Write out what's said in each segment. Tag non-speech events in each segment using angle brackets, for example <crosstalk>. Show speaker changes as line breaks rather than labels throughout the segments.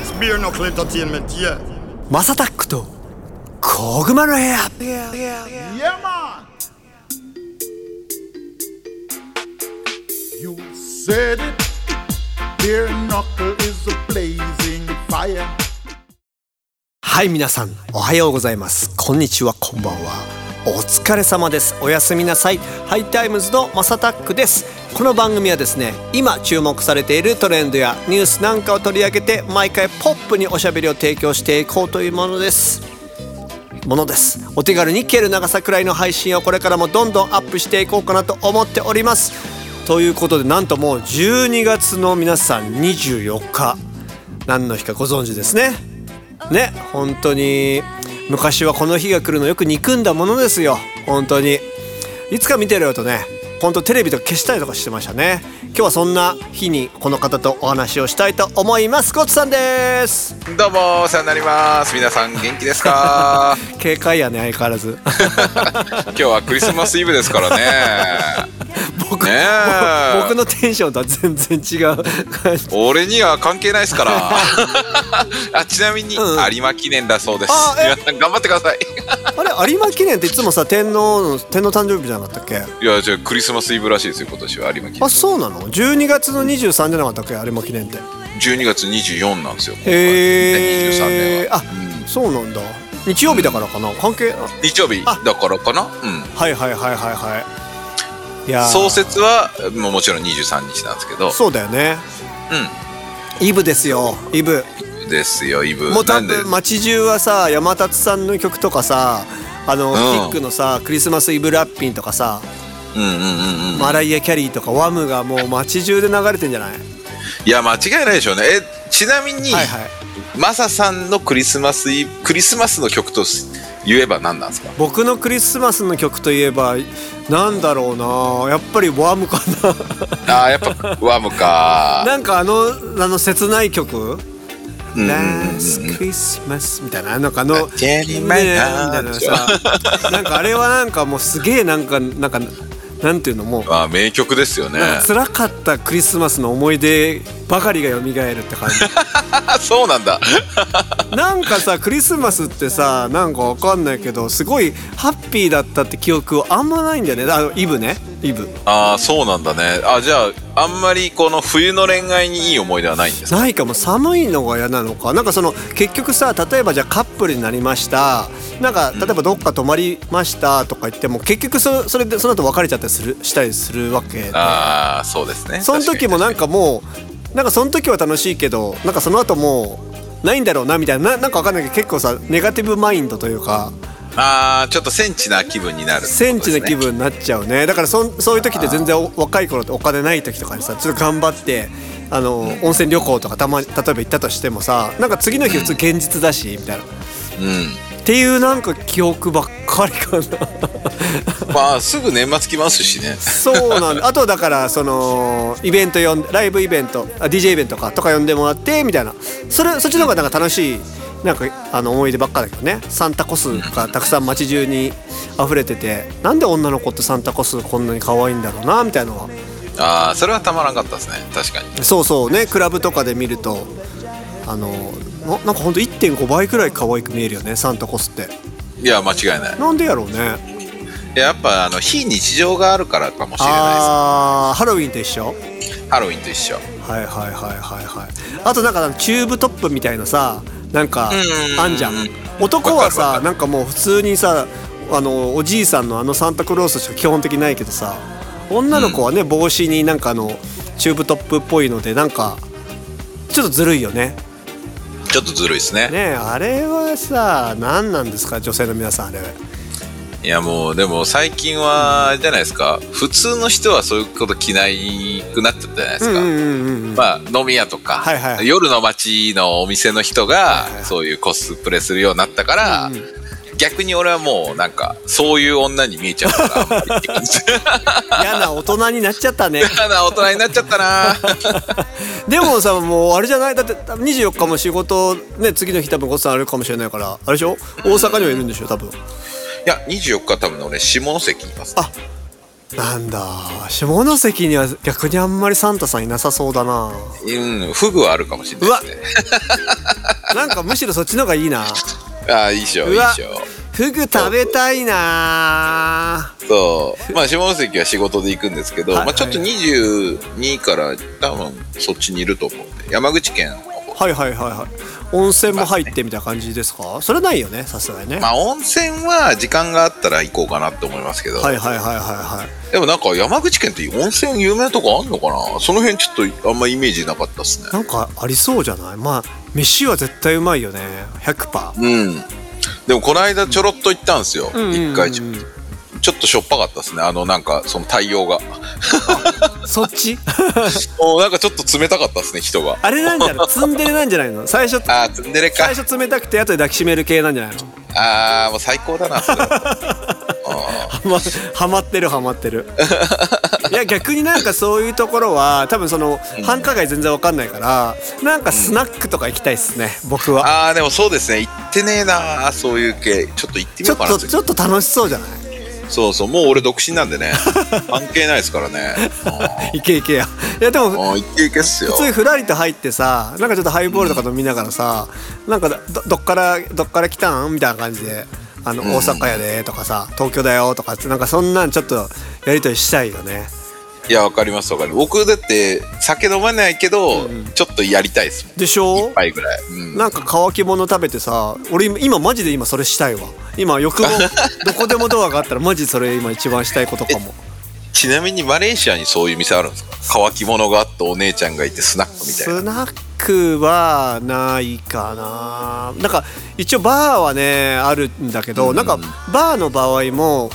It's beer knuckle entertainment, yeah.
マサタックとコグマの部屋
Yeah, man.
You said it. Beer knuckle is a blazing fire.
はい皆さんおはようございますこんにちはこんばんはお疲れ様ですおやすみなさいハイタイムズのマサタックですこの番組はですね今注目されているトレンドやニュースなんかを取り上げて毎回ポップにおしゃべりを提供していこうというものですものですお手軽に消える長さくらいの配信をこれからもどんどんアップしていこうかなと思っておりますということでなんともう12月の皆さん24日何の日かご存知ですねね本当に昔はこの日が来るのよく憎んだものですよ本当にいつか見てろよとね本当テレビとか消したりとかしてましたね今日はそんな日にこの方とお話をしたいと思いますゴッツさんです
どうもお世話になります皆さん元気で
<laughs>
すか
警戒やね相変わらず
今日はクリスマスイブですからね
<laughs> 僕
ねえ
僕のテンションとは全然違う感じ
俺には関係ないですから
<laughs>
あちなみに
うん
有馬記念だそうです
あえ
皆さん頑張ってください
あれ有馬記念っていつもさ天皇の天皇誕生日じゃなかったっけ
いやじゃあクリスマスイブらしいですよ今年は有馬記念
あそうなの12月の23じゃなかったっけ有馬記念って
12月24なんですよ
へ
今回
え
ね23年は
あ、そうなんだ日曜日だからかな関係あ
日曜日
あ
だからかなうん
はいはいはいはいはいいやー
創設はもうもちろん23日なんですけど
そうだよねイブですよイブ
うんですよイブ
もう多
なんで
分街中はさ山達さんの曲とかさあの、
うん
キックのさクリスマスイブラッピンとかさ、
うんうんうんうん
マライア・キャリーとかワムがもう街中で流れてんじゃない
いや間違いないでしょうねえちなみに、
はいはい
マサさんのクリスマスイクリスマスの曲と言えば何なんで
<laughs>
すか
僕のクリスマスの曲といえばなんだろうなやっぱりワムか
あーやっぱワム
な
か
なんかあのあの切ない曲「
んうんうん
Last Christmas」みたいななんかあの
I can't remember
ねみたいなさなんかあれはなんかもうすげえなんかなんかなんていうのもう
あー名曲ですよね
なんか辛かったクリスマスの思い出ばかりが蘇るって <laughs> 感じ
あ <laughs> そうな
<laughs>
んだ
なんかさクリスマスってさなんかわかんないけどすごいハッピーだったって記憶あんまないんだよねあのイブねイブ
あーそうなんだねあじゃああんまりこの冬の恋愛にいい思い出はないんですか
ないかも寒いのが嫌なのかなんかその結局さ例えばじゃあカップルになりましたなんか例えばどっか泊まりましたとか言っても結局そそれでその後別れちゃったりするしたりするわけで
ああそうですね
その時もなんかもうなんかその時は楽しいけどなんかその後もうないんだろうなみたいなななんかわかんないけど結構さネガティブマインドというか
確かにあーちょっとセンチな気分になるってことです
セ
ね、
ンチな気分になっちゃうねだからそんそういう時って全然お若い頃ってお金ない時とかにさちょっと頑張ってあの温泉旅行とかたまに例えば行ったとしてもさなんか次の日普通現実だしみたいな。っていうなんか記憶ばっかりかな
うんまあすぐ年末来ますしね
そうなんだあ <laughs> とだからそのイベント呼んでライブイベントあ DJ イベントかとか呼んでもらってみたいなそれそっちの方がなんか楽しいなんかあの思い出ばっかだけどねサンタコスがたくさん街中に溢れててなんで女の子ってサンタコスこんなに可愛いんだろうなみたいなのは
ああそれはたまらんかったですね確かに
そうそうねクラブとかで見るとあのななんかほんと1.5倍くらい可愛く見えるよねサンタコスって
いや間違いない
なんでやろうね
いややっぱあの非日常があるからかもしれな
あーハロウィンと一緒
いですハロウィンと一緒
はいはいはいはいはいあとなんかチューブトップみたいなさなんか
うん
あんじゃん男は
わかるわ
さ
かる
なんかもう普通にさあのおじいさんのあのサンタクロースしか基本的ないけどさ女の子はね、帽子になんかあのチューブトップっぽいのでなんかちょっとずるいよね
ちょっとずるいですね
ねえあれはさ何なんですか女性の皆さんあれ
いやもうでも最近はあれじゃないですか普通の人はそういうこと着ないくなっちゃったじゃないですか、
うんうんうんうん
まあ飲み屋とか、
はいはい
夜の街のお店の人がそういうコスプレするようになったから、逆に俺はもうなんかそういう女に見えちゃうから
<laughs> 嫌な大人になっちゃったね
嫌な大人になっちゃったな
でもさもうあれじゃないだって24日も仕事ね次の日多分ごっさんあるかもしれないからあれでしょ大阪にはいるんでしょ多分
いや24日は多分ね俺下関います
あなんだ下関には逆にあんまりサンタさんいなさそうだな
うん、フグはあるかもしれないですね。
なんかむしろそっちの方がいいな
<laughs> ああ、いいっしょ、いいっしょ。
フグ食べたいな
そう。まあ、下関は仕事で行くんですけど、
はい
まあ、ちょっと22から多分そっちにいると思うんで、山口県の方
はいはいはいはい温泉も入ってみたいな感じですかそれないよねさすがにね
まあ、温泉は時間があったら行こうかなって思いますけど、
はいはいはいはいはい
でもなんか山口県って温泉有名なとこあんのかなその辺ちょっとあんまイメージなかったっすね。
なんかありそうじゃないまあ飯は絶対うまいよね100%
うん。でも、この間ちょろっと行ったんですよ。一、回ちょ
うんうんうん
ちょっとしょっぱかったですね。あの、なんか、その対応が。
そっち
もうなんかちょっと冷たかったですね、人が。
あれなんじゃないツンデレなんじゃないの最初
ああ、ツンデレか
最。初冷たくて後で抱きしめる系なんじゃないの
ああ、もう最高だな、それは
はまはまってるはまって
<laughs>
るいや逆になんかそういうところは多分その繁華街全然わかんないからなんかスナックとか行きたいっすね僕は
ああ、でもそうですね。行ってねえな、そういう系。ちょっと行ってみ
ちょ
よう
っ
かな
とちょっと楽しそうじゃない
そうそう、もう俺独身な
<laughs>
んでね。関係ないですからね。あ
いけいけやいやでも
ーあー、行っていけっすよ
普。通にふらりと入ってさなんかちょっとハイボールとか飲みながらさ、なんかどどっからどっから来たんみたいな感じで「あの大阪やで」とかさ「東京だよ」とかってなんかそんなんちょっとやり取りしたいよね
いや、わかりますわかる。僕だって、酒飲まないけど、ちょっとやりたいですもん。
でしょ
一杯ぐらい。うん。
なんか乾き物食べてさ俺今今マジで今それしたいわ今欲
<laughs>
望どこでもドアがあったらマジそれ今一番したいこと
<laughs>
かも
ちなみにマレーシアにそういう店あるんですか乾き物があってお姉ちゃんがいてスナックみたいな。
スナックはないかななんか一応バーはねあるんだけど、なんかバーの場合も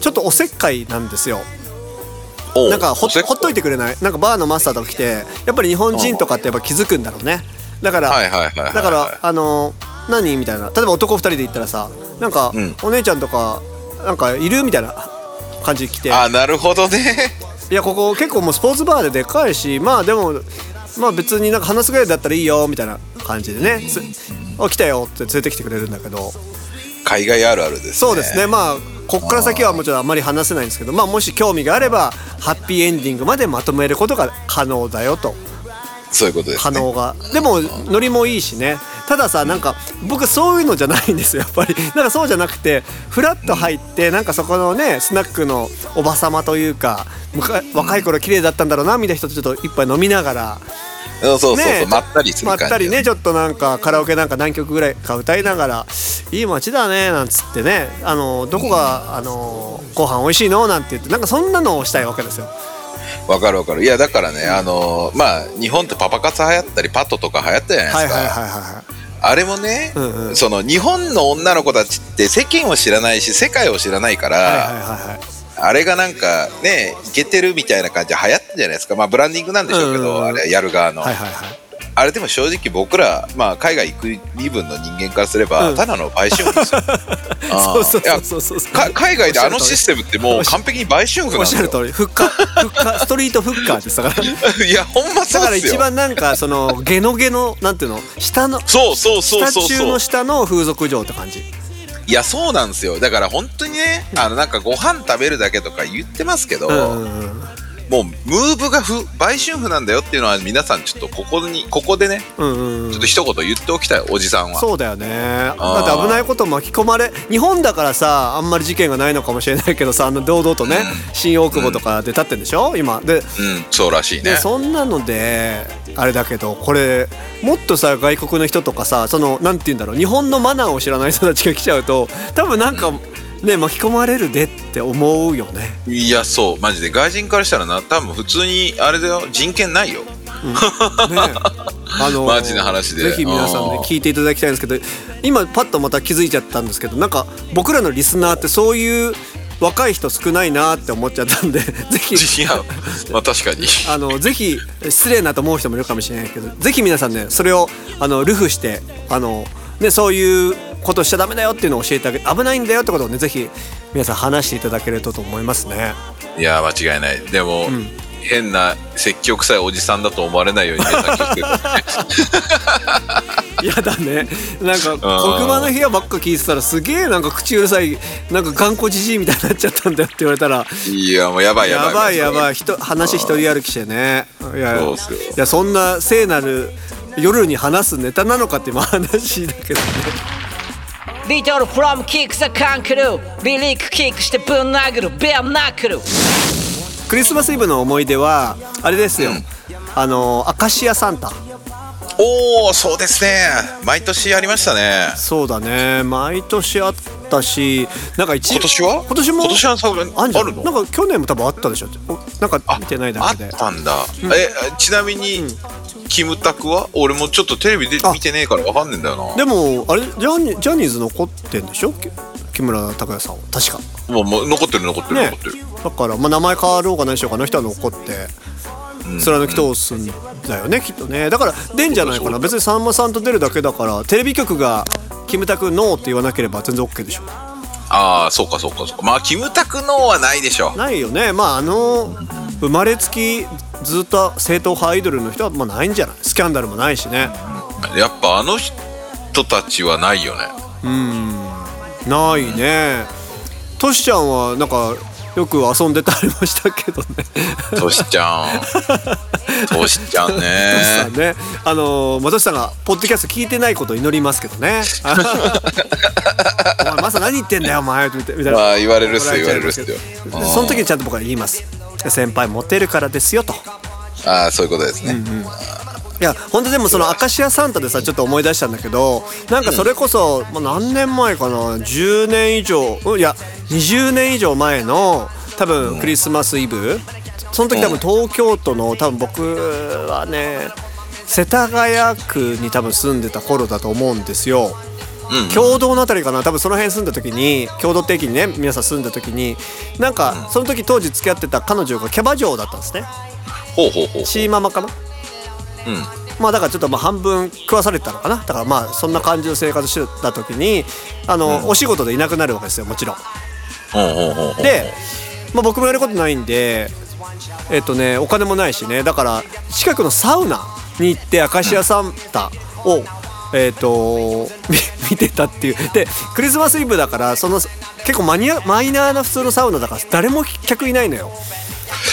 ちょっとおせっかいなんですよ
おう
なんかほ
おせっ
ほっといてくれないなんかバーのマスターとか来てやっぱり日本人とかってやっぱ気づくんだろうねだから、
はいはいはいはいはい
だからあの何みたいな例えば男2人で行ったらさなんか、
うん
お姉ちゃんとかなんかいるみたいな感じで来て
あー、なるほどね。 <laughs>
いやここ結構もうスポーツバーででかいしまあでもまあ別になんか話すぐらいだったらいいよみたいな感じでね「つあ来たよ」って連れてきてくれるんだけど
海外あるあるですね。
そうですねまあこっから先はもちろんあんまり話せないんですけどまあもし興味があればハッピーエンディングまでまとめることが可能だよと。
そういうことです
可
ね。
能がでもノリもいいしねたださなんか僕そういうのじゃないんですよやっぱり <laughs> なんかそうじゃなくてフラッと入ってなんかそこのねスナックのおばさまというかむか若い頃綺麗だったんだろうなみたいな人とちょっと一杯飲みながら
うんそうそうそう、
ね
まったりする
まっ
感じ。
たりねちょっとなんかカラオケなんか何曲ぐらいか歌いながら「いい街だね」なんつってね「あのどこがあのご飯美味しいの?」なんて言ってなんかそんなのをしたいわけですよ。
わかるわかるいやだからね、あのーまあ日本ってパパ活流行ったりパットとか流行ったじゃない
は
で
い
すか、
はいはいはいはい
あれもね、
うんうん
その日本の女の子たちって世間を知らないし世界を知らないから、
はいはいはいはい。
あれがなんかねいけてるみたいな感じで流行ったじゃないですかまあブランディングなんでしょうけ
うんう
ど、
んうん
あれやる側の、
はいはいはい
あれでも正直僕ら、まあ、海外行く身分の人間からすれば、
うん
ただの売春婦
<laughs>
ですよあ
そ
ー
うそう
いや
そうそうそう
か海外であのシステムってもう完璧に売春婦なん
おっ
です
しゃる
よ
通りフッ
<laughs>
カーフッカーストリートフッカーですだから
いやほんま
だ
そ
か
う
ら
ですよ
一番なんかそのゲノゲのなんていうの下の
そうそうそう
下
そう
中
そう
の下の風俗嬢って感じ
いやそうなんですよだから本当にねあのなんかご飯食べるだけとか言ってますけど、
うんうんうん
もうムーブがふ売春婦なんだよっていうのは皆さんちょっとここにここでね
うんうんうん
ちょっと一言言っておきたいおじさんは
そうだよねだって危ないこと巻き込まれ日本だからさあんまり事件がないのかもしれないけどさあの堂々とね新大久保とかで立ってんでしょ今で
うんそうらしいね
でそんなのであれだけどこれもっとさ外国の人とかさそのなんて言うんだろう日本のマナーを知らない人たちが来ちゃうと多分なんかね巻き込まれるでって思うよね
いやそうマジで外人からしたらな多分普通にあれだよ人権ないよ
ねあの
<laughs> マジな話で
ぜひ皆さん
う
ね
ん
聞いていただきたいんですけど今パッとまた気づいちゃったんですけどなんか僕らのリスナーってそういう若い人少ないなって思っちゃったんで <laughs> ぜひ
いやまあ確かに
あのぜひ失礼なと思う人もいるかもしれないけどぜひ皆さんねそれをあのルフしてあの、ね、そういうことしちゃダメだよっていうのを教えてあげ危ないんだよってことをねぜひ皆さん話していただけるとと思いますね。
いや間違いないでも、変な積極臭いおじさんだと思われないように皆さん気をつけて
いやだねなんか黒板の部屋ばっか聞いてたらすげえなんか口うるさいなんか頑固じじいみたいになっちゃったんだよって言われたら <laughs>
いや、もうやばいやば
や
い。
ばいやばいひと話一人歩きしてねいや
そう
い
っすよ
やそんな聖なる夜に話すネタなのかって今話だけどね
Little from kicks a kangaroo リリックキックしてぶん殴るベアナックル
クリスマスイブの思い出はあれですよ、
うん
あのアカシアサンタ
おお、そうですね。毎年やりましたね。
そうだね毎年あったしなんか一
今年は
今年も
今年はさ
あんじゃん
あるの
なんか去年も多分あったでしょおなんか見てないだけ
あ
で
ったんだ、えちなみに、キムタクは俺もちょっとテレビで
あ
見てねえからわかんねえんだよな
でもあれジャニジャニーズ残ってんでしょき木村拓哉さんは確か
もうもう残ってる残ってる、
ね
残ってる
だから、まあ、名前変わろうが何しようかあの人は残って貫き通すんだよねきっとねだから出んじゃないかな別にさんまさんと出るだけだからテレビ局が「キムタクノー」って言わなければ全然 OK でしょ
ああそうかそうかそうかまあキムタクのはないでしょ
ないよねまああの生まれつきずっと正統派アイドルの人はまあないんじゃないスキャンダルもないしね
やっぱあの人たちはないよね
ないねトシちゃんはなんかよく遊んでたりもしたけどね
トシちゃ
<laughs>
んトシちゃん
トシさ
ね
んねあの松下さんがポッドキャスト聞いてないことを祈りますけど
<laughs>
ねお前まさ何言ってんだよお前みたいな
まあ言われるっすよ
怒られちゃいま
言われるっすよ
でその時にちゃんと僕は言います先輩モテるからですよと
ああそういうことですね、
いや本当でもそのアカシアサンタでさちょっと思い出したんだけどなんかそれこそ、もう何年前かな10年以上うんいや20年以上前の多分クリスマスイブその時多分東京都の多分僕はね世田谷区に多分住んでた頃だと思うんですよ。共同のあたりかな多分その辺住んだ時に共同って駅にね皆さん住んだ時になんかその時当時付き合ってた彼女がキャバ嬢だったんですね
ほうほうほう
チーママかな
うん
まあだからちょっとまあ半分食わされてたのかなだからまあそんな感じの生活してた時にあの、お仕事でいなくなるわけですよもちろん。
ほうほうほうほう
で、まあ、僕もやることないんでえっとねお金もないしねだから近くのサウナに行ってアカシアサンタを、えっと <laughs> み見てたっていうでクリスマスイブだからその結構マニアマイナーな普通のサウナだから誰も客いないのよ。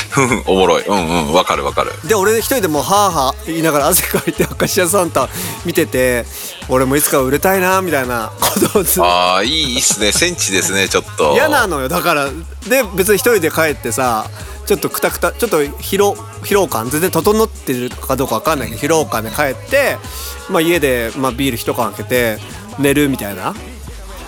ふんふんおもろいうんうんわかるわかる
で俺一人でもうはあはあ言いながら汗かいてアカシアサンタ見てて俺もいつか売れたいなみたいなことをず
<laughs>
っと
ああいいっすねセンチですねちょっと
嫌なのよだからで別に一人で帰ってさちょっとくたくたちょっと疲労疲労感全然整ってるかどうかわかんないけど疲労感で帰って、まあ、家で、まあ、ビール一缶開けて寝るみたいな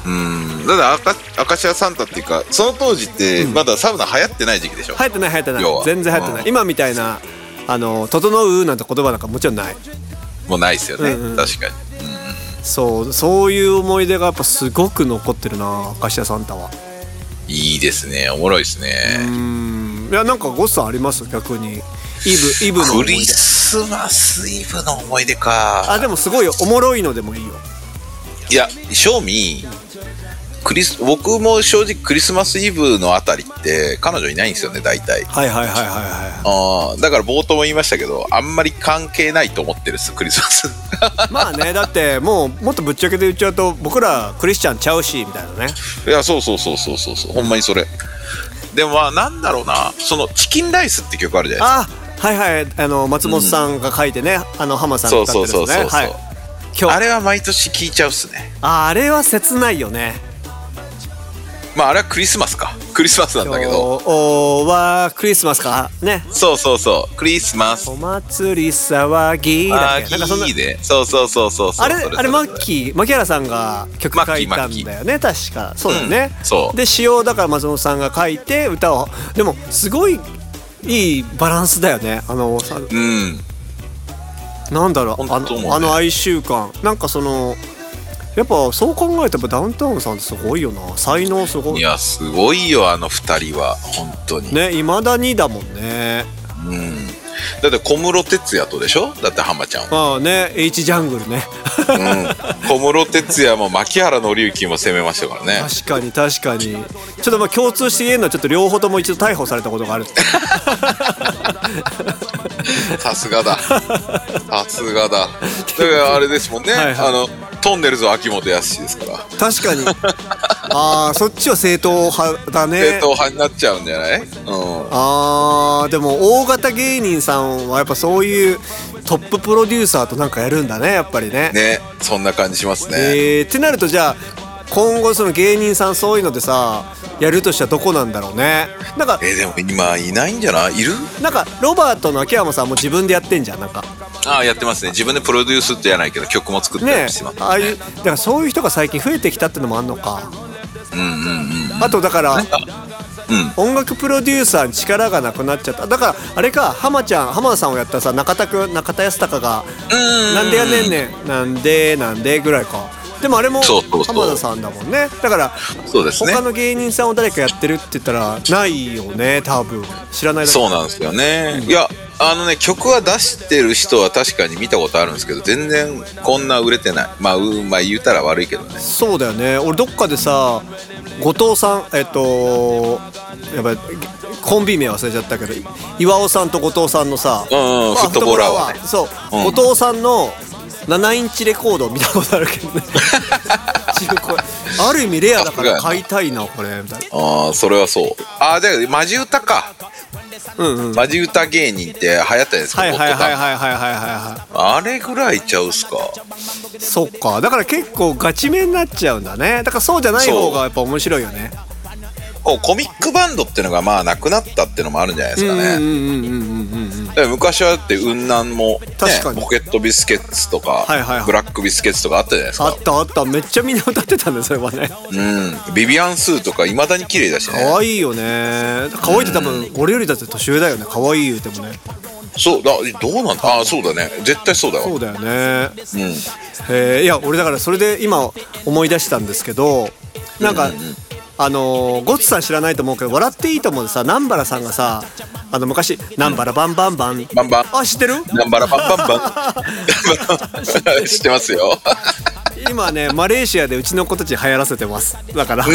うんだからアカアカシアサンタっていうかその当時ってまだサウナ流行ってない時期でしょ、
流行ってない流行ってない
要は
全然流行ってない、
うん
今みたいな「あの整う」なんて言葉なんかもちろんない
もうないですよね、
うんうん
確かに
そうそういう思い出がやっぱすごく残ってるな明石家サンタはい
いですねおもろいですね、
うんいやなんかゴッさんあります逆にイブイブの思
ク
い出
リスマスイブの思い出か
あでもすごいおもろいのでもいいよ
いや正味クリス僕も正直クリスマスイブのあたりって彼女いないんですよね大体
はいはいはいはいは
あーだから冒頭も言いましたけどあんまり関係ないと思ってるっすクリスマス
いまあねだってもうもっとぶっちゃけて言っちゃうと僕らクリスチャンちゃうしみたいなね
<laughs> いや <laughs> そうそうそうそうそうそうほんまにそれでもまあなんだろうなその「チキンライス」って曲あるじゃないです
あ
か
はいはいあの松本さんが書いてね、あの浜さんが歌ってる
そ
ん
う
で
そ
す
うそ
ね
うそう
はい今
あ
日
れは毎年聞いちゃうっすね
ああれは切ないよね
まああれはクリスマスかクリスマスなん
今
だ
日
けど
はクリスマスかね
そうそうそうクリスマス
お祭り騒ぎだ
あ
っけなんかそんな
ーいいねそうそうそうそうそう
あれ
そそそ
あれマッキー牧原さんが曲書いたんだよね確かそうだよね、
うんそう
で詞をだから松本さんが書いて歌をでもすごいいいバランスだよねあのさ
うん
なんだろうあ
本当
の,、
もうね
あの哀愁感なんかそのやっぱそう考えたらダウンタウンさんってすごいよな才能すご
い
い
やすごいよあの二人は本当に
ねいまだにだもんね
うんだって小室哲哉とでしょだって浜ちゃんは、
ああね H ジャングルね
うん、小室哲哉も牧原紀之も攻めましたか
<laughs>
らね
<laughs> 確かに確かにちょっとまあ共通して言えるのはちょっと両方とも一度逮捕されたことがあるって
さすがださすがだだからあれですもんね、
はいはい
あのトンネルズは秋元康ですから
確かにああそっちは正統派だね
正統派になっちゃうんじゃない、うん、
あーでも大型芸人さんはやっぱそういうトッププロデューサーとなんかやるんだねやっぱりね
ねそんな感じしますね、
えーってなるとじゃあ今後その芸人さんそういうのでさやるとしたらどこなんだろうねなんか
えーでも今いないんじゃないいる
なんかロバートの秋山さんも自分でやってんじゃんなんか
ああやってますね自分でプロデュースってやらないけど曲も作った
ね
りしてます
ああいうだからそういう人が最近増えてきたってのもあんのかあとだから音楽プロデューサーに力がなくなっちゃっただからあれか浜ちゃん浜田さんをやったさ中田君中田康隆が「なんでやねんねんなんでなんで」ぐらいかでもあれも
そうそうそう
浜田さんだもんねだから
そうですね
他の芸人さんを誰かやってるって言ったらないよね多分知らないだけ
そうなんですよね、いやあのね曲は出してる人は確かに見たことあるんですけど全然こんな売れてないまあ、うん、まあ言うたら悪いけどね
そうだよね俺どっかでさ後藤さんえっとやばいコンビ名忘れちゃったけど岩尾さんと後藤さんのさ、
うんうん
まあ
フットボールアワーね
フットボそう、
うん
後藤さんの7インチレコードを見たことあるけ
<laughs>
どね自分これある意味レアだから買いたいなこれみたいな
ああそれはそうああだけどマジ歌か
うんうん
マジ歌芸人って流行ったじゃないですか
はいはい
ポッ
はい
ドタ
はいはいはいはいは
ンあれぐらいちゃうっすか
いそっかだから結構ガチめになっちゃうんだねだからそうじゃない方がやっぱ面白いよね
こうコミックバンドっていうのがまあなくなったっていうのもあるんじゃないですかね、
うんうんうんうんうんうん
だから昔はだって雲南も、ね
確かに
ポケットビスケッツとか、
いはいはい
ブラックビスケッツとかあったじゃないです
あ
か
ったあっためっちゃみんな歌ってたんだよそれはね
うんビビアンスーとかいまだに綺麗だしね
可愛いよね可愛いって多分俺よりだって年上だよね可愛い言うてもね
そうだどうなんだあそうだね絶対そうだわ
そうだよね
うん
えーいや俺だからそれで今思い出したんですけどなんか、あのーゴッツさん知らないと思うけど「笑っていいと思う」でさ南原さんがさあの昔「南原バンバンバン」
バンバン
あ知ってる
ナンバラバンバン
<laughs>
バン知ってますよ <laughs>
今ねマレーシアでうちの子たち流行らせてますだから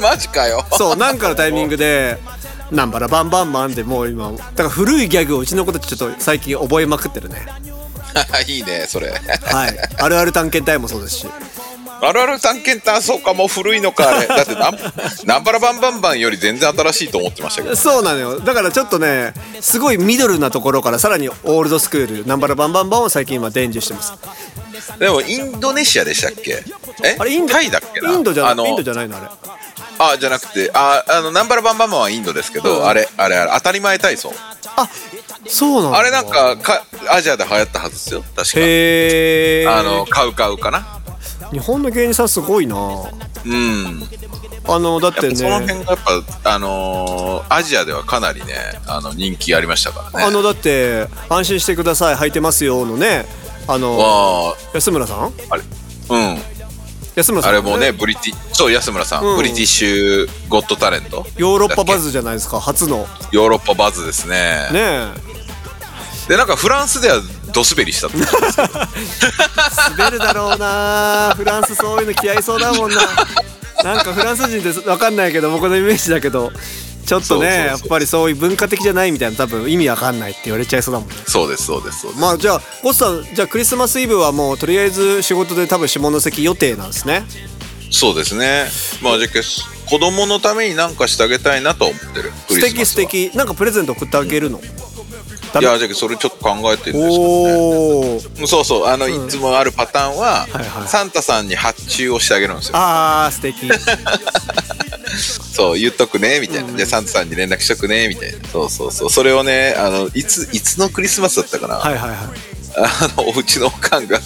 マジかよ
そうなんかのタイミングで「なんばらバンバンバン」でもう今だから古いギャグをうちの子たちちょっと最近覚えまくってるね
<laughs> いいねそれ
はいあるある探検隊もそうですし
あるある探検隊そうかもう古いのかあれだってナンナンバラバンバンバンより全然新しいと思ってましたけど
そうなのよだからちょっとねすごいミドルなところからさらにオールドスクール「なんばらバンバンバン」を最近今伝授してます
でもインドネシアでしたっけえ
あれインド
タイだっけな
インドじゃ
あ
ない
の
インドじゃないのあれ
あじゃなくてああのナンバラバンバンバンはインドですけど、あれあれあれ当たり前体操
あそうなの
あれなんかかアジアで流行ったはずですよ確
へえ
かあのカウカウかな
日本の芸人さんすごいな
うん
あのだっ
やってぱその辺
ね
がやっぱあのーアジアではかなりねあの人気ありましたからね
あのだって「安心してください履いてますよ」のねあの
あ
安村さん
ーあれうん
安村さ
あ
ん
れもねブリティそう安村さん、
うん
ブリティッシュゴッドタレント
ヨーロッパバズじゃないですか初の
ヨーロッパバズですね
ねえ
でなんかフランスではドスベリ
<laughs>
したって言ってます
滑るだろうなフランスそういうの嫌いそうだもんななんかフランス人って分かんないけど僕のイメージだけどちょっとね
そうそうそう
やっぱりそういう文化的じゃないみたいな多分意味わかんないって言われちゃいそうだもんね
そうですそうですそうです
まあじゃあゴスさんじゃあクリスマスイブはもうとりあえず仕事で多分下関予定なんですね
そうですねまあじゃあ子供のために何かしてあげたいなと思ってるク
素
リスマ
敵素
スは
敵なんかプレゼント送ってあげるの、
いやじゃあそれちょっと考えてるんですけどね
おお
そうそうあの、いつもあるパターンは、
いはい
サンタさんに発注をしてあげるんですよ
あー素敵
そう言っとくねみたいな、じゃあサンタさんに連絡しとくねみたいなそうそうそうそれをねあのいついつのクリスマスだったかな、
はい <laughs> はいはい
あのお家のおかんが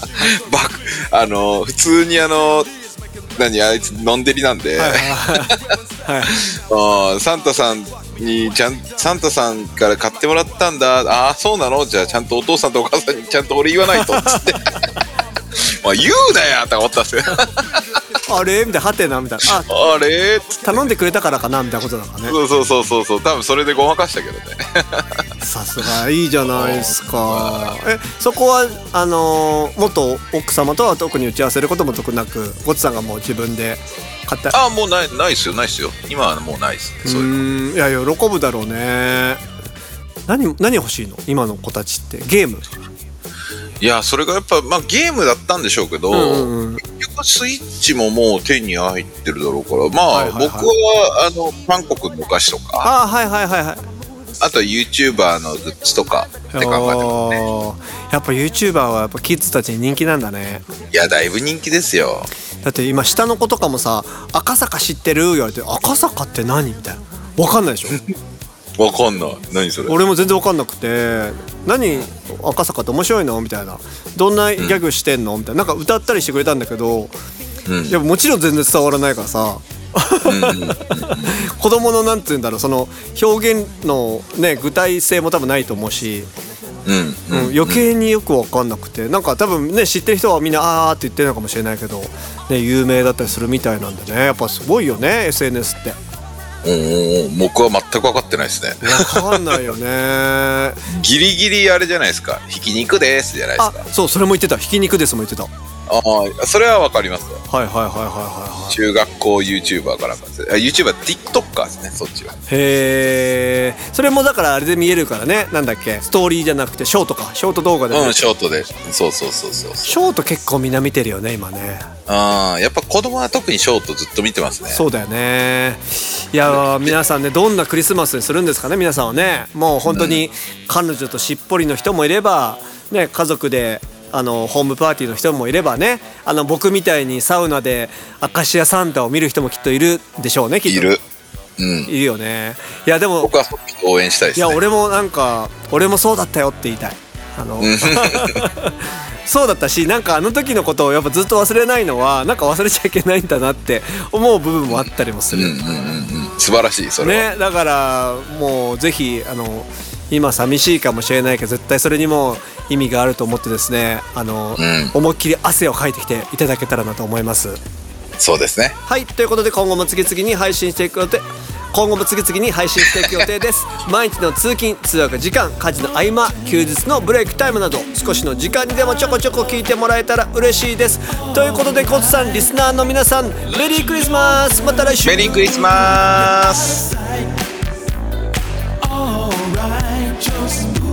バクあの普通にあの何あいつのんでりなんで、
はい
あーサンタさんにちゃんサンタさんから買ってもらったんだああそうなのじゃあちゃんとお父さんとお母さんにちゃんと俺言わないとっつって <laughs> まあ言うなやとか思ったんですよ <laughs>
あれみたいなハテナみたいなあ
あれっつって
頼んでくれたからかなみたいなことなのかね
そうそうそうそうそう多分それでごまかしたけどね <laughs>
さすがいいじゃないですかえそこはあのー元奥様とは特に打ち合わせることも特なくゴッツさんがもう自分で買った
ああもうないないっすよないっすよ今はもうないっすねそう
う
いうの
ーんいや喜ぶだろうね何何欲しいの今の子たちってゲーム
いやそれがやっぱ、まあ、ゲームだったんでしょうけど、
うんうんうん
結局スイッチももう手に入ってるだろうからまあ、
はいはいはい
僕はあの韓国のお菓子とか
ああはいはいはいはい
あとは YouTuber のグッズとかって考えてますね
おーやっぱ YouTuber はやっぱキッズたちに人気なんだね
いやだいぶ人気ですよ
だって今下の子とかもさ「赤坂知ってる?」言われて「赤坂って何?」みたいな分かんないでしょ
わかんない何それ
俺も全然分かんなくて「何赤坂って面白いの?」みたいな「どんなギャグしてんの?」みたいななんか歌ったりしてくれたんだけど、
うん
やっぱもちろん全然伝わらないからさ子供のなんて言うんだろうその表現のね具体性も多分ないと思うし、
うん
うん余計によく分かんなくてなんか多分ね知ってる人はみんな「あー」って言ってるのかもしれないけど、ね、有名だったりするみたいなんでねやっぱすごいよね SNS って。
うんうんうん僕は全く分かってないですね
分かんないよ <laughs> ね
ギリギリあれじゃないですかひき肉ですじゃないです
あ
か
そうそれも言ってたひき肉ですも言ってたはい
ああそれは分かりますよ
はいはいはいはいはい
中学校 YouTuber からかですあ YouTuberTikToker ですねそっちは
へえそれもだからあれで見えるからねなんだっけストーリーじゃなくてショートかショート動画で、
うんショートでそうそうそうそう
ショート結構みんな見てるよね今ね
ああやっぱ子供は特にショートずっと見てますね
そうだよねいやー皆さんねどんなクリスマスにするんですかね皆さんはねもう本当に彼女としっぽりの人もいれば、ね、家族であのホームパーティーの人もいればねあの僕みたいにサウナでアカシアサンタを見る人もきっといるでしょうねきっと
いるうん
いるよねいやでも
僕はそっち応援したいで
い
す <laughs>
や
ね
俺もなんか俺もそうだったよって言いたいあの <laughs> そうだったしなんかあの時のことをやっぱずっと忘れないのはなんか忘れちゃいけないんだなって思う部分もあったりもする、
素晴らしいそれは、
ねだからもうぜひあの今寂しいかもしれないけど絶対それにも意味があると思ってですねあの、
うん
思いっきり汗をかいてきていただけたらなと思います。
そうですね
はいということで今後も次々に配信していく予定今後も次々に配信していく予定です毎日の通勤通学時間家事の合間休日のブレイクタイムなど少しの時間にでもちょこちょこ聞いてもらえたら嬉しいですということでコツさんリスナーの皆さんメリークリスマスまた来週
メリークリスマス
Alright, just move